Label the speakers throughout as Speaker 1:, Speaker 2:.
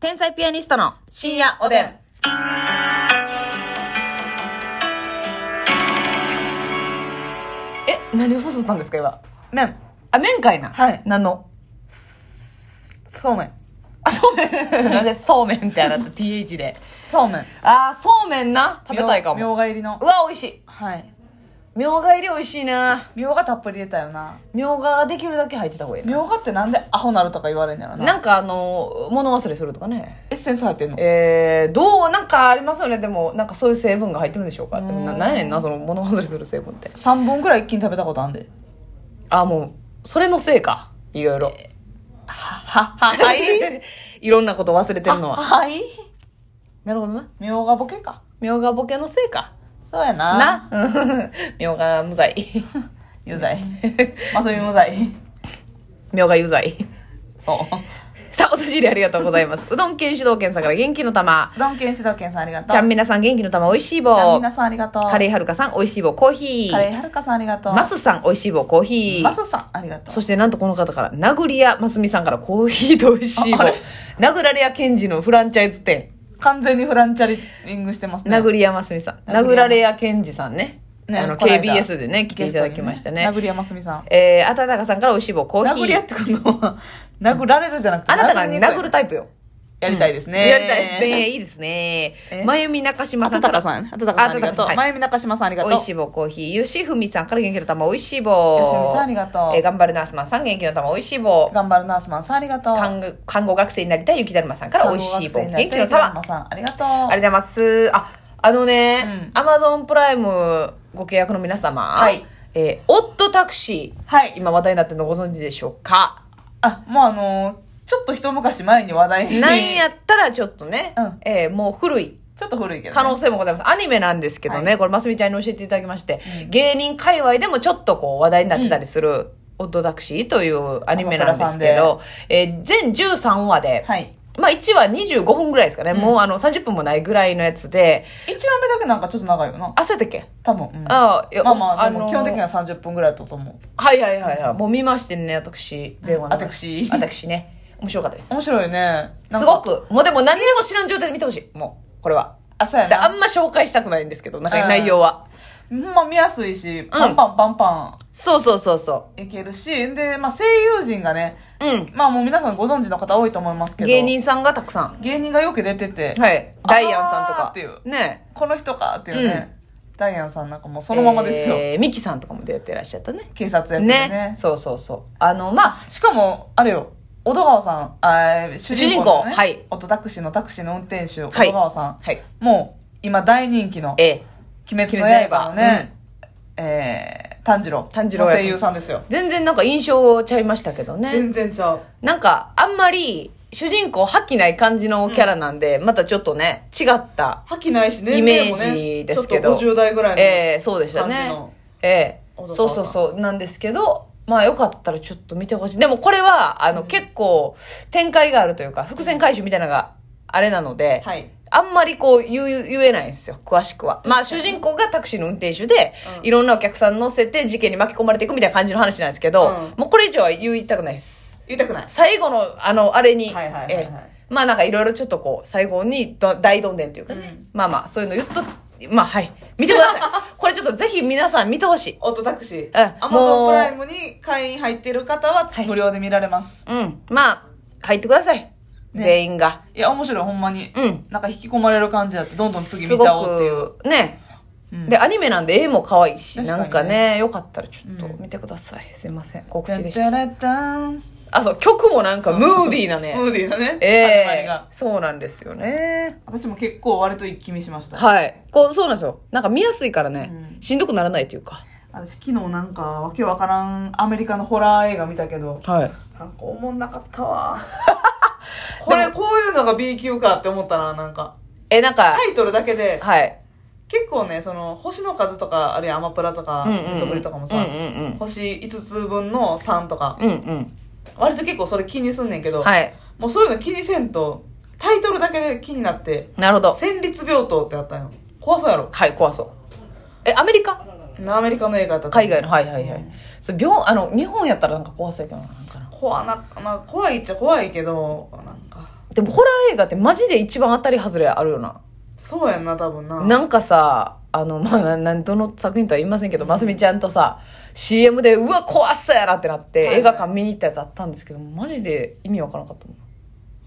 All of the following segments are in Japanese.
Speaker 1: 天才ピアニストの深夜おでん。え、何をすすったんですか、今。
Speaker 2: 麺
Speaker 1: あ、麺かいな。
Speaker 2: はい
Speaker 1: 何の
Speaker 2: そうめん
Speaker 1: あ、そうめん。なんでそうめんみたいなった TH で。
Speaker 2: そうめん
Speaker 1: あー、そうめんな。食べたいか
Speaker 2: みょ
Speaker 1: も。
Speaker 2: うが入りの
Speaker 1: うわ、美味しい。
Speaker 2: はい
Speaker 1: みょうが入り美味しいな。
Speaker 2: みょうがたっぷり入れたよな
Speaker 1: みょうがができるだけ入ってた方がいいな。
Speaker 2: みょうがってなんでアホなるとか言われんやろな
Speaker 1: なんかあの、物忘れするとかね。
Speaker 2: エッセンス入ってんの
Speaker 1: えー、どうなんかありますよねでもなんかそういう成分が入ってるんでしょうかでもな
Speaker 2: うん
Speaker 1: なんやねんなその物忘れする成分って
Speaker 2: 3本ぐらい一気に食べたことあんで
Speaker 1: あもうそれのせいかいろいろ
Speaker 2: はは
Speaker 1: いろんなこと忘れてるのは
Speaker 2: はい
Speaker 1: なるほどな
Speaker 2: みょうがボケか
Speaker 1: みょうがボケのせいか
Speaker 2: そうや
Speaker 1: な
Speaker 2: な
Speaker 1: うんみょうが無罪
Speaker 2: 有罪マスミ無罪
Speaker 1: みょうが有罪
Speaker 2: そう
Speaker 1: さあお差し入れありがとうござい ますうどん県主導県さんから元気の玉
Speaker 2: うどんけん指導けんさんありがとう
Speaker 1: ちゃんみなさん元気の玉おいしい
Speaker 2: ちゃん
Speaker 1: 棒
Speaker 2: みなさんありがとう
Speaker 1: カレーはるかさんおいしい棒コーヒ
Speaker 2: カレ
Speaker 1: ー
Speaker 2: ーはるかさんありがとう
Speaker 1: マスさんおいしい棒コーヒー
Speaker 2: マスさんありがとう
Speaker 1: そしてなんとこの方から、殴り屋ますみさんからコーヒーと美味しい棒
Speaker 2: ああれ。
Speaker 1: 殴られ屋ケンジのフランチャイズ店。
Speaker 2: 完全にフランチャリングしてますね
Speaker 1: 殴り屋ますみさん。
Speaker 2: 殴り屋
Speaker 1: 殴られ屋ケンジさんね。
Speaker 2: ね
Speaker 1: あの、
Speaker 2: こないだ
Speaker 1: KBS でね、来ていただきましたね。
Speaker 2: ゲストに殴りやますみさん
Speaker 1: えー、あたたかさんから美味しい棒コーヒー。
Speaker 2: 殴り合ってくるのは殴られるじゃなくて
Speaker 1: あなたが
Speaker 2: りにくい
Speaker 1: 殴るタイプよ。
Speaker 2: やりたいですね、
Speaker 1: やりたいですね。いいですね
Speaker 2: え。
Speaker 1: まゆみ中島
Speaker 2: あ
Speaker 1: さ
Speaker 2: た
Speaker 1: んか
Speaker 2: た
Speaker 1: ら。
Speaker 2: かさんあたたかさんありが
Speaker 1: あたたか
Speaker 2: とう、
Speaker 1: さんはい
Speaker 2: まゆみ中島さんありがとう
Speaker 1: 美味しい棒コーヒー。よしふみさんから元気の玉美味しい棒。
Speaker 2: よしふみさんありがとう
Speaker 1: えー、頑張るナースマンさん元気の玉美味しい棒。
Speaker 2: 頑張るナースマンさんありがとう
Speaker 1: 看護看護学生になりたい雪だるまさんから美味しい棒。
Speaker 2: 看護学生になっ
Speaker 1: 元気
Speaker 2: て
Speaker 1: の
Speaker 2: るドラ
Speaker 1: 玉
Speaker 2: マ。さんありがと
Speaker 1: あ
Speaker 2: う
Speaker 1: りがとうございます。あ、あのね、
Speaker 2: う
Speaker 1: アマゾンプライムご契約の皆様、
Speaker 2: はい
Speaker 1: えーオットタクシー、
Speaker 2: はい
Speaker 1: 今話題になってるのご存知でしょうか
Speaker 2: あもうあのーちょっと一昔前に話題に
Speaker 1: なんやったらちょっとね、
Speaker 2: うん
Speaker 1: えーもう古い
Speaker 2: ちょっと古いけど、ね、
Speaker 1: 可能性もございます。アニメなんですけどね、
Speaker 2: は
Speaker 1: これ、ますみちゃんに教えていただきまして、芸人界隈でもちょっとこう話題になってたりする、オットタクシーというアニメなんですけど、えー全13話で、
Speaker 2: はい
Speaker 1: まあ1話25分ぐらいですかね、もうあの30分もないぐらいのやつで、
Speaker 2: 一番目だけなんかちょっと長いよな
Speaker 1: あ、そうやったっけ
Speaker 2: 多分、うん、
Speaker 1: あいや
Speaker 2: まあまあ、
Speaker 1: あ
Speaker 2: で
Speaker 1: の
Speaker 2: も基本的には30分ぐらいだったと思う
Speaker 1: はいはいはいはい。もう見ましてね、私、前話の。
Speaker 2: あ たくし
Speaker 1: あたくしね。面白かったです。
Speaker 2: 面白いねなん
Speaker 1: す
Speaker 2: か
Speaker 1: ごく、もうでも何にも知らん状態で見てほしい。もう、これは。
Speaker 2: あそうや
Speaker 1: で
Speaker 2: な
Speaker 1: あんま紹介したくないんですけど、なんか
Speaker 2: うん
Speaker 1: 内容は。
Speaker 2: ほんま見やすいしパンパンパンパ
Speaker 1: そうそうそうそ
Speaker 2: ンいけるし、で、まあ、声優陣がね
Speaker 1: う。うん。
Speaker 2: まあもう皆さんご存知の方多いと思いますけど
Speaker 1: 芸人さんがたくさ
Speaker 2: 芸人がよく出てて、
Speaker 1: ん。はい。ダイアンさんと
Speaker 2: あー
Speaker 1: か
Speaker 2: っていう。
Speaker 1: ね
Speaker 2: この人かっていうね、ダイアンさんなんかもうそのままですよ、
Speaker 1: えーミキさんとかも出てらっしゃったね。
Speaker 2: 警察やってるね
Speaker 1: ね。そうそうそう。あの、まあ、
Speaker 2: しかもあれよ小戸川さんあー主人公の、
Speaker 1: 主
Speaker 2: ね、
Speaker 1: 人公はい
Speaker 2: オトタクシーのタクシーの運転手、
Speaker 1: はい
Speaker 2: 小戸川さん
Speaker 1: はい。
Speaker 2: もう今大人気の「
Speaker 1: えー
Speaker 2: 鬼滅の刃」のね、えー、炭治郎
Speaker 1: 炭治郎
Speaker 2: の
Speaker 1: 役
Speaker 2: 声優さんですよ、
Speaker 1: 全然なんか印象ちゃいましたけどね。
Speaker 2: 然ちゃう
Speaker 1: なんか、あんまり、主人公、覇気ない感じのキャラなんで、またちょっとね、違った、
Speaker 2: 覇気ないし
Speaker 1: イメージですけど。
Speaker 2: 代ぐら
Speaker 1: ええそうでしたね
Speaker 2: 感じの。
Speaker 1: ええ
Speaker 2: 小
Speaker 1: そ
Speaker 2: 高
Speaker 1: う
Speaker 2: さん
Speaker 1: そうそう、なんですけど、まあよかったらちょっと見てほしい。でもこれは、あの、結構、展開があるというか、伏線回収みたいなのが、あれなので、
Speaker 2: はい
Speaker 1: あんまりこう言う言えないんですよ、詳しくは。まあ主人公がタクシーの運転手で、いろんなお客さん乗せて事件に巻き込まれていくみたいな感じの話なんですけど、
Speaker 2: うん
Speaker 1: もうこれ以上は言いたくないです。
Speaker 2: 言いたくない
Speaker 1: 最後のあのあれに
Speaker 2: はいはいはいはい
Speaker 1: ええまあなんかいろいろちょっとこう最後にど大どんでんというかね、まあまあそういうの言っとまあはい見てくだ さいこれちょっとぜひ皆さん見てほしい
Speaker 2: オトタクシー
Speaker 1: え
Speaker 2: Amazon
Speaker 1: もう
Speaker 2: プライムに会員入ってる方は無料で見られます、
Speaker 1: うんまあ入ってください、全員が
Speaker 2: い、や面白いほんまに、
Speaker 1: うん
Speaker 2: なんか引き込まれる感じだってどんどん次
Speaker 1: す
Speaker 2: 見
Speaker 1: ご
Speaker 2: ちゃおうっていう
Speaker 1: くね、
Speaker 2: うん
Speaker 1: でアニメなんで絵も可愛いし、
Speaker 2: 確か
Speaker 1: な
Speaker 2: にね
Speaker 1: んかねよかったらちょっと
Speaker 2: うん
Speaker 1: 見てください、すいません告
Speaker 2: て
Speaker 1: 知
Speaker 2: ん
Speaker 1: でしてた
Speaker 2: れたんム
Speaker 1: あそう曲もなんかムーディーなね
Speaker 2: ーディーだね
Speaker 1: え
Speaker 2: 始まり
Speaker 1: え
Speaker 2: が
Speaker 1: そうなんですよね
Speaker 2: 私も結構割と一気見しました
Speaker 1: はい。こう、そうなんですよ。なんか見やすいからね、しんどくならないというか。
Speaker 2: 私昨日なんかわけわからんアメリカのホラー映画見たけど
Speaker 1: はい。
Speaker 2: なんかおもんなかった わこれこういうのが B 級かって思ったななんか
Speaker 1: え、なんか
Speaker 2: タ、イトルだけで
Speaker 1: はい。
Speaker 2: 結構ねその星の数とかあるいはアマプラとか
Speaker 1: うんうん
Speaker 2: ネットフリとかもさ、
Speaker 1: うんうん
Speaker 2: 星5つ分の3とか
Speaker 1: うん。うん
Speaker 2: 割と結構それ気にすんねんけ
Speaker 1: う
Speaker 2: ど、
Speaker 1: ん。はい。
Speaker 2: もうそういうの気にせんとタイトルだけで気になって
Speaker 1: なるほど。
Speaker 2: 戦慄病棟ってあったんよ怖そうやろ
Speaker 1: はい、怖そう。え、アメリカ
Speaker 2: アメリカの映画だったと
Speaker 1: 海外の、はいはいは
Speaker 2: う
Speaker 1: い
Speaker 2: ん。
Speaker 1: そう、病、あの、日本やったらなんか怖そうやけどな、なんかな。
Speaker 2: 怖な、まあ、怖いっちゃ怖いけどなんか
Speaker 1: でもホラー映画ってマジで一番当たり外れあるよな。
Speaker 2: そうやんな、多分な。
Speaker 1: なんかさ、あの、まあ、ななんどの作品とは言いませんけど、ますみちゃんとさ、CM で、うわ、怖っそうやなってなって、
Speaker 2: はいはい
Speaker 1: 映画館見に行ったやつあったんですけど、マジで意味わからなかっ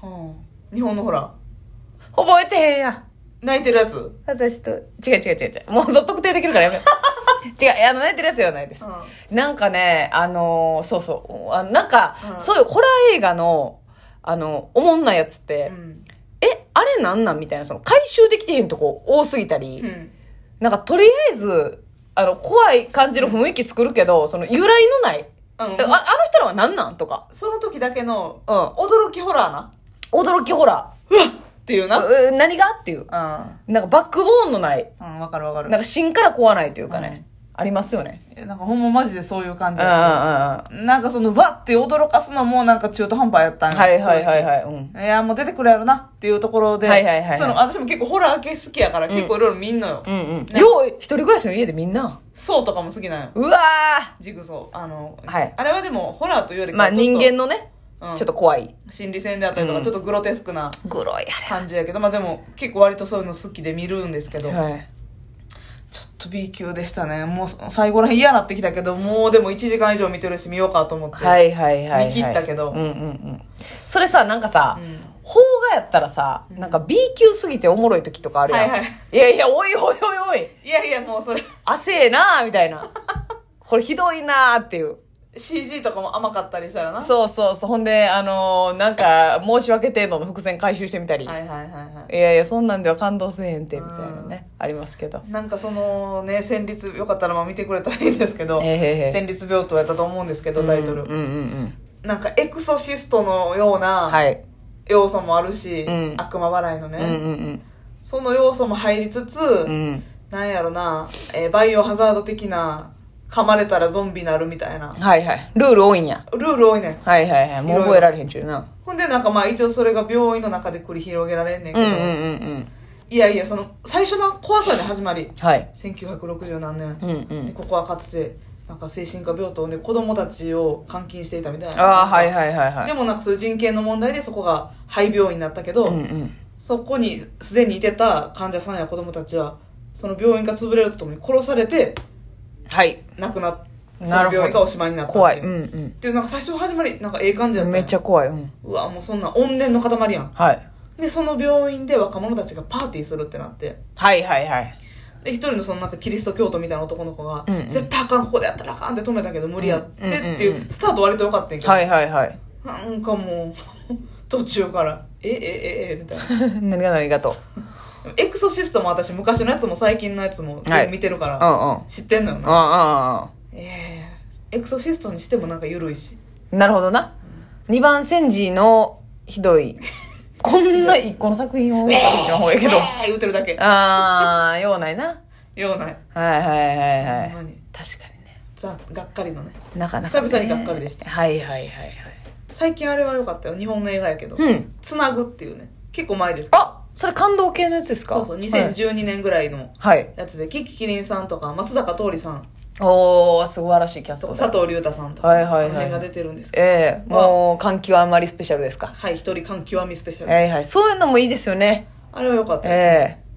Speaker 1: たもん。
Speaker 2: うん日本のほら、
Speaker 1: 覚えてへんやん。
Speaker 2: 泣いてるやつ。うん。
Speaker 1: 私と、違う違う違う違う。もう特定できるからや め。違う、あの、泣いてるやつではないです。なんかね、あのーそうそう、あなんか、
Speaker 2: うん
Speaker 1: そういうホラー映画の、あの、おもんないやつって、
Speaker 2: うん。
Speaker 1: え、あれなんなんみたいな、その、回収できてへんとこ多すぎたり、
Speaker 2: うん。
Speaker 1: なんかとりあえず、あの、怖い感じの雰囲気作るけど、その、由来のない、
Speaker 2: うん
Speaker 1: えああの人らは何なんとか、
Speaker 2: その時だけの、
Speaker 1: うん
Speaker 2: 驚きホラーな。
Speaker 1: 驚きホラ
Speaker 2: っていうな。
Speaker 1: ー、う何がっていう、
Speaker 2: う
Speaker 1: なんかバックボーンのない、
Speaker 2: ん。うん、わかるわかる。
Speaker 1: なんか芯から怖ないというかね、ありますよね。
Speaker 2: いやなんかほんまマジでそういう感
Speaker 1: う
Speaker 2: じ
Speaker 1: んうんうん。
Speaker 2: や
Speaker 1: は
Speaker 2: なんかその、わって驚かすのもなんか中途半端やったん
Speaker 1: い
Speaker 2: や
Speaker 1: はいはいはい。うん。
Speaker 2: いや、もう出てくるやろなっていうところで、
Speaker 1: はいはいはいはい
Speaker 2: その私も結構ホラー系好きやから、結構いろいろ見んのよ。
Speaker 1: うんうん。よう、一人暮らしの家でみんな。
Speaker 2: そうとかも好きなんよ。
Speaker 1: うわ
Speaker 2: ジグソー。あの、
Speaker 1: はい
Speaker 2: あれはでもホラーというより
Speaker 1: ー
Speaker 2: か
Speaker 1: まあ
Speaker 2: ちょっと
Speaker 1: 人間のね、
Speaker 2: うん
Speaker 1: ちょっと怖い。
Speaker 2: 心理戦であったりとか、
Speaker 1: うん
Speaker 2: ちょっとグロテスクな
Speaker 1: グロいあ
Speaker 2: 感じやけど、まあでも結構割とそういうの好きで見るんですけど、
Speaker 1: はい。
Speaker 2: ちょっと B 級でしたね。もう最後らへん嫌なってきたけど、もうでも1時間以上見てるし見ようかと思って。
Speaker 1: はいはいはいはい。
Speaker 2: 見切ったけど
Speaker 1: うんうんうん。それさ、なんかさ
Speaker 2: うん、
Speaker 1: 邦画やったらさ、なんか B 級すぎておもろい時とかあるやん。
Speaker 2: はいはい
Speaker 1: いやいや、おいおいおいおい、
Speaker 2: いやいや、もうそれ、
Speaker 1: 汗えなーみたい な。これひどいなーっていう。
Speaker 2: CG とかも甘かったりしたらな。
Speaker 1: そうそうそう。ほんで、あのーなんか、申し訳程度の伏線回収してみたり。、
Speaker 2: はいいはいはいはい。
Speaker 1: やいや、そんなんでは感動せえへんて、みたいなね、ありますけど。
Speaker 2: なんかそのね、戦慄、よかったらまあ見てくれたらいいんですけど、
Speaker 1: えへへ
Speaker 2: 戦慄病棟やったと思うんですけど、タイトル。
Speaker 1: うんうんうん
Speaker 2: なんかエクソシストのよう
Speaker 1: うん。は。
Speaker 2: ない要素もあるし、
Speaker 1: うん
Speaker 2: 悪魔払いのね、
Speaker 1: うんうん
Speaker 2: その要素も入りつつ、
Speaker 1: うん。うん。
Speaker 2: なんやろな、えーバイオハザード的な、噛まれたらゾンビなるみたいな。
Speaker 1: はいはい。ルール多いんや。
Speaker 2: ルール多いねん。
Speaker 1: はいはいはい。もう覚えられへんちゅうな。
Speaker 2: ほんでなんかまあ一応それが病院の中で繰り広げられんねん
Speaker 1: う
Speaker 2: け
Speaker 1: ん
Speaker 2: ど、
Speaker 1: うんうんうん。
Speaker 2: いやいや、その最初の怖さで始まり、
Speaker 1: はい。
Speaker 2: 1960何年。
Speaker 1: うんう
Speaker 2: で
Speaker 1: ん。
Speaker 2: ここはかつてなんか精神科病棟で子供たちを監禁していたみたいな
Speaker 1: ああ、はいはいはいはい。
Speaker 2: でもなんかそういう人権の問題でそこが廃病院になったけど、
Speaker 1: うんうん。
Speaker 2: そこにすでにいてた患者さんや子供たちはその病院が潰れるとともに殺されて
Speaker 1: はい。
Speaker 2: 亡くなっそ
Speaker 1: なるほど
Speaker 2: の病院がおしまいになったって
Speaker 1: 怖い。
Speaker 2: う
Speaker 1: うんうん
Speaker 2: っていうなんか最初の始まりなんかええ感じだっ。た
Speaker 1: めっち
Speaker 2: ゃ
Speaker 1: ゃ怖い。うん。
Speaker 2: うわもうそんな怨念の塊やん
Speaker 1: はい。
Speaker 2: でその病院で若者たちがパーティーするってなって
Speaker 1: はいはいはい。
Speaker 2: で一人のそのなんかキリスト教徒みたいな男の子が、
Speaker 1: うんうん
Speaker 2: 絶対あかんここでやったらあかんって止めたけど無理やってっていう,、
Speaker 1: うんうんうん
Speaker 2: スタート割と良かったんやけど、
Speaker 1: はいはいはい。
Speaker 2: なんかもう 途中からえええええみたいな
Speaker 1: 何が何がと。
Speaker 2: エクソシストも私昔のやつも最近のやつも
Speaker 1: は
Speaker 2: 全
Speaker 1: い
Speaker 2: 部見てるから、
Speaker 1: うんうん。
Speaker 2: 知ってんのよ
Speaker 1: うん
Speaker 2: な、
Speaker 1: うん
Speaker 2: ええエクソシストにしてもなんか緩いし
Speaker 1: うん。なるほどな。二番煎じのひど い。こんな一個の作品を。こっちの方やけど。
Speaker 2: えー言うてるだけ
Speaker 1: ああ、ようないな。
Speaker 2: ようない
Speaker 1: はいはいはい
Speaker 2: ほん
Speaker 1: は
Speaker 2: ま
Speaker 1: い。
Speaker 2: に
Speaker 1: 確かにね。
Speaker 2: ざがっかりのね
Speaker 1: なかなか、ね。
Speaker 2: 久々にがっかりでした
Speaker 1: はいはいはいはい。
Speaker 2: 最近あれは良かったよ日本の映画やけど
Speaker 1: うん。
Speaker 2: 「つなぐ」っていうね結構前ですけど
Speaker 1: あそれ感動系のやつですか
Speaker 2: そうそう2012年ぐらいの
Speaker 1: はい。はい
Speaker 2: やつでキキキリンさんとか松坂桃李さん
Speaker 1: おー、素晴らしいキャス
Speaker 2: と
Speaker 1: ト
Speaker 2: か
Speaker 1: だ
Speaker 2: 佐藤隆太さんとか、
Speaker 1: はいはいはい
Speaker 2: この辺が出てるんですけど
Speaker 1: ええもう、換気はあんまりスペシャルですか。
Speaker 2: はい一人感極みスペシャル
Speaker 1: は
Speaker 2: です、
Speaker 1: いはい。そういうのもいいですよね。
Speaker 2: あれは良かったですね、
Speaker 1: え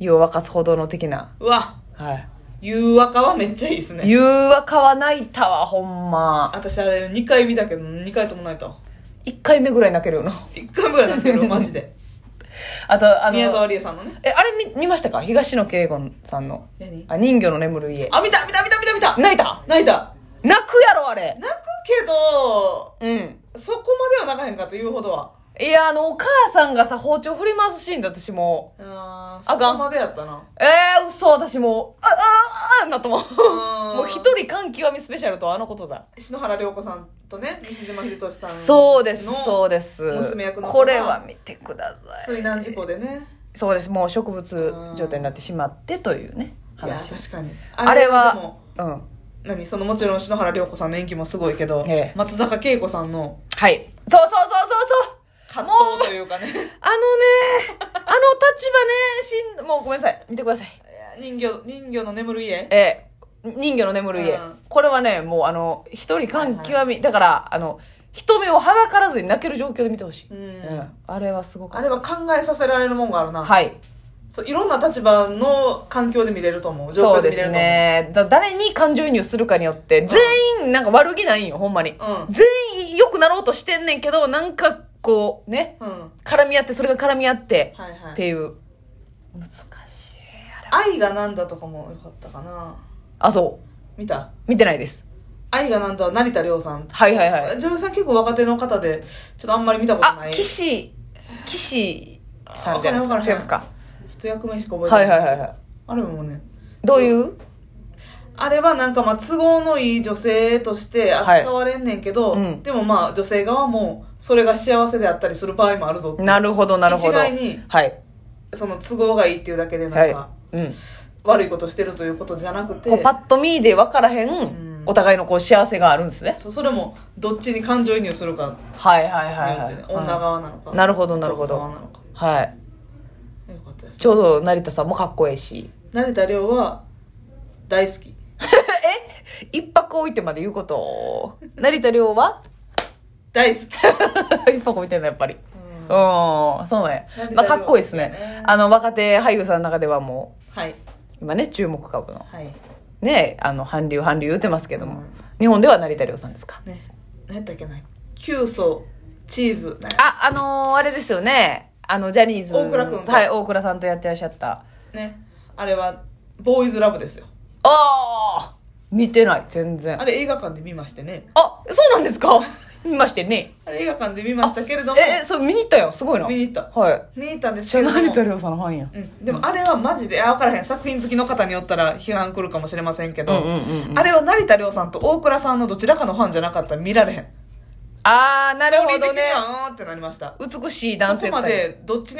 Speaker 1: え湯を沸かすほどの的な。
Speaker 2: うわ
Speaker 1: はい。
Speaker 2: 誘惑はめっちゃいいですね
Speaker 1: 湯は買わないたわ、ほんま。
Speaker 2: 私あれ2回見たけど2回とも泣いたわ
Speaker 1: 一回目ぐらい泣けるよな。
Speaker 2: 1回ぐらい泣け るマジで
Speaker 1: あと、あの、
Speaker 2: 宮沢りえさんのね
Speaker 1: え、あれ見見ましたか東野圭吾さんの。
Speaker 2: 何
Speaker 1: あ、人魚の眠る家。
Speaker 2: あ見た見た見た見た見た
Speaker 1: 泣いた
Speaker 2: 泣いた
Speaker 1: 泣くやろ、あれ。
Speaker 2: 泣くけど
Speaker 1: うん。
Speaker 2: そこまでは泣かへんかというほどはい
Speaker 1: や、あの、お母さんがさ、包丁振り回すシーンで私も
Speaker 2: あー
Speaker 1: あ
Speaker 2: そ
Speaker 1: かん
Speaker 2: こまでやったな
Speaker 1: う、ええ嘘、私もう、あ、あ、あ、なともう。
Speaker 2: ん
Speaker 1: もう一人感極みスペシャルとはあのことだ。
Speaker 2: 篠原涼子さんとね西島秀俊さんの
Speaker 1: そうです、そうです。
Speaker 2: 娘役の子が
Speaker 1: これは見てください。
Speaker 2: 水難事故でね
Speaker 1: そうです、もう植物状態になってしまってというね、
Speaker 2: いや
Speaker 1: 話。
Speaker 2: 確かに
Speaker 1: あれ
Speaker 2: で
Speaker 1: は
Speaker 2: も、
Speaker 1: うん。
Speaker 2: 何そのもちろん篠原涼子さんの演技もすごいけど、
Speaker 1: ええ
Speaker 2: 松坂慶子さんの
Speaker 1: はい。そうそうそうそうそう
Speaker 2: 葛藤というかね
Speaker 1: あのね、あの立場ね、しん、もうごめんなさい、見てください。
Speaker 2: 人魚人魚の眠る家
Speaker 1: えー人魚の眠る家、
Speaker 2: うん
Speaker 1: これはねもうあの一人感極み、
Speaker 2: は
Speaker 1: だからあの人目をはばからずに泣ける状況で見てほしい、
Speaker 2: う
Speaker 1: うんんあれはすごか
Speaker 2: あ
Speaker 1: っ
Speaker 2: れは考えさせられるもんがあるな、
Speaker 1: たはい
Speaker 2: そういろんな立場の環境で見れると思う状
Speaker 1: そう
Speaker 2: 況で
Speaker 1: で
Speaker 2: 見れ
Speaker 1: す
Speaker 2: ると思う
Speaker 1: ねだ誰に感情移入するかによって全員なんか悪気ないんよほんまに、
Speaker 2: うん
Speaker 1: 全員良くなろうとしてんねんけどなんかこうね
Speaker 2: うんは
Speaker 1: 絡み合ってそれが絡み合って
Speaker 2: いは
Speaker 1: っ
Speaker 2: い
Speaker 1: ていう難しいあれ
Speaker 2: 愛がなんだとかもよかったかな
Speaker 1: あそう
Speaker 2: 見た
Speaker 1: 見てないです
Speaker 2: 愛がなんだは成田凌さん
Speaker 1: はいはいはい
Speaker 2: 女優さん結構若手の方でちょっとあんまり見たこと
Speaker 1: あ
Speaker 2: ないちょ
Speaker 1: 岸岸さんじゃないです
Speaker 2: あわからんわから
Speaker 1: か
Speaker 2: ん
Speaker 1: 違いますか
Speaker 2: っと役名しか覚えてな
Speaker 1: はいいはいはいはい
Speaker 2: あれもね
Speaker 1: どういう
Speaker 2: あれはなんかまあ都合のいい女性として扱われんねんけど、
Speaker 1: はいうん
Speaker 2: でもまあ女性側もそれが幸せであったりする場合もあるぞって
Speaker 1: なるほどなるほ
Speaker 2: 一
Speaker 1: どは
Speaker 2: 概
Speaker 1: い
Speaker 2: にその都合がいいっていうだけでな
Speaker 1: は
Speaker 2: ん
Speaker 1: い
Speaker 2: か、
Speaker 1: うん
Speaker 2: 悪いことしてるということじゃなくて
Speaker 1: こうパッと見で分からへん
Speaker 2: ん
Speaker 1: お互いのこう幸せがあるんですね
Speaker 2: そうそれもどっちに感情移入するか
Speaker 1: はいはい
Speaker 2: によ
Speaker 1: は
Speaker 2: っ
Speaker 1: いはい
Speaker 2: てね、女側なのか
Speaker 1: なるほどなるほど
Speaker 2: 男側なのか
Speaker 1: はい
Speaker 2: よかったです
Speaker 1: ちょうど成田さんもかっこええし
Speaker 2: 成田凌は大好き
Speaker 1: 一泊置いてまで言うことを成田凌は
Speaker 2: 大好き、
Speaker 1: 一泊置いてんのやっぱりうんそうね
Speaker 2: 成田凌
Speaker 1: まあかっこいいですね
Speaker 2: 好きやね
Speaker 1: あの若手俳優さんの中ではも
Speaker 2: はいう
Speaker 1: 今ね注目株の
Speaker 2: はい
Speaker 1: ねあの韓流韓流言ってますけども、
Speaker 2: うん
Speaker 1: 日本では成田凌さんですか
Speaker 2: ね何やったっけな急須チーズなんや
Speaker 1: ああのーあれですよねあのジャニーズ
Speaker 2: 大倉君と
Speaker 1: はい大倉さんとやってらっしゃった
Speaker 2: ねあれはボーイズラブですよ
Speaker 1: ああ見てない全然
Speaker 2: あれ映画館で見ましてね
Speaker 1: あそうなんですか見ましてね
Speaker 2: あれ映画館で見ましたけれども
Speaker 1: ええそれ見に行ったよすごいな
Speaker 2: 見に行った
Speaker 1: はい
Speaker 2: 見に行ったんです
Speaker 1: じゃ
Speaker 2: け
Speaker 1: あ
Speaker 2: れども
Speaker 1: 成田凌さんのファンや
Speaker 2: うん、でもあれはマジであ分からへん作品好きの方によったら批判来るかもしれませんけど、
Speaker 1: うんうんうんうん
Speaker 2: あれは成田凌さんと大倉さんのどちらかのファンじゃなかったら見られへん
Speaker 1: ああなるほ
Speaker 2: ストー
Speaker 1: ど
Speaker 2: リー的
Speaker 1: ね
Speaker 2: にはうーんってなりました
Speaker 1: 美しい男性
Speaker 2: そ
Speaker 1: 2
Speaker 2: こま
Speaker 1: 人
Speaker 2: でどっちに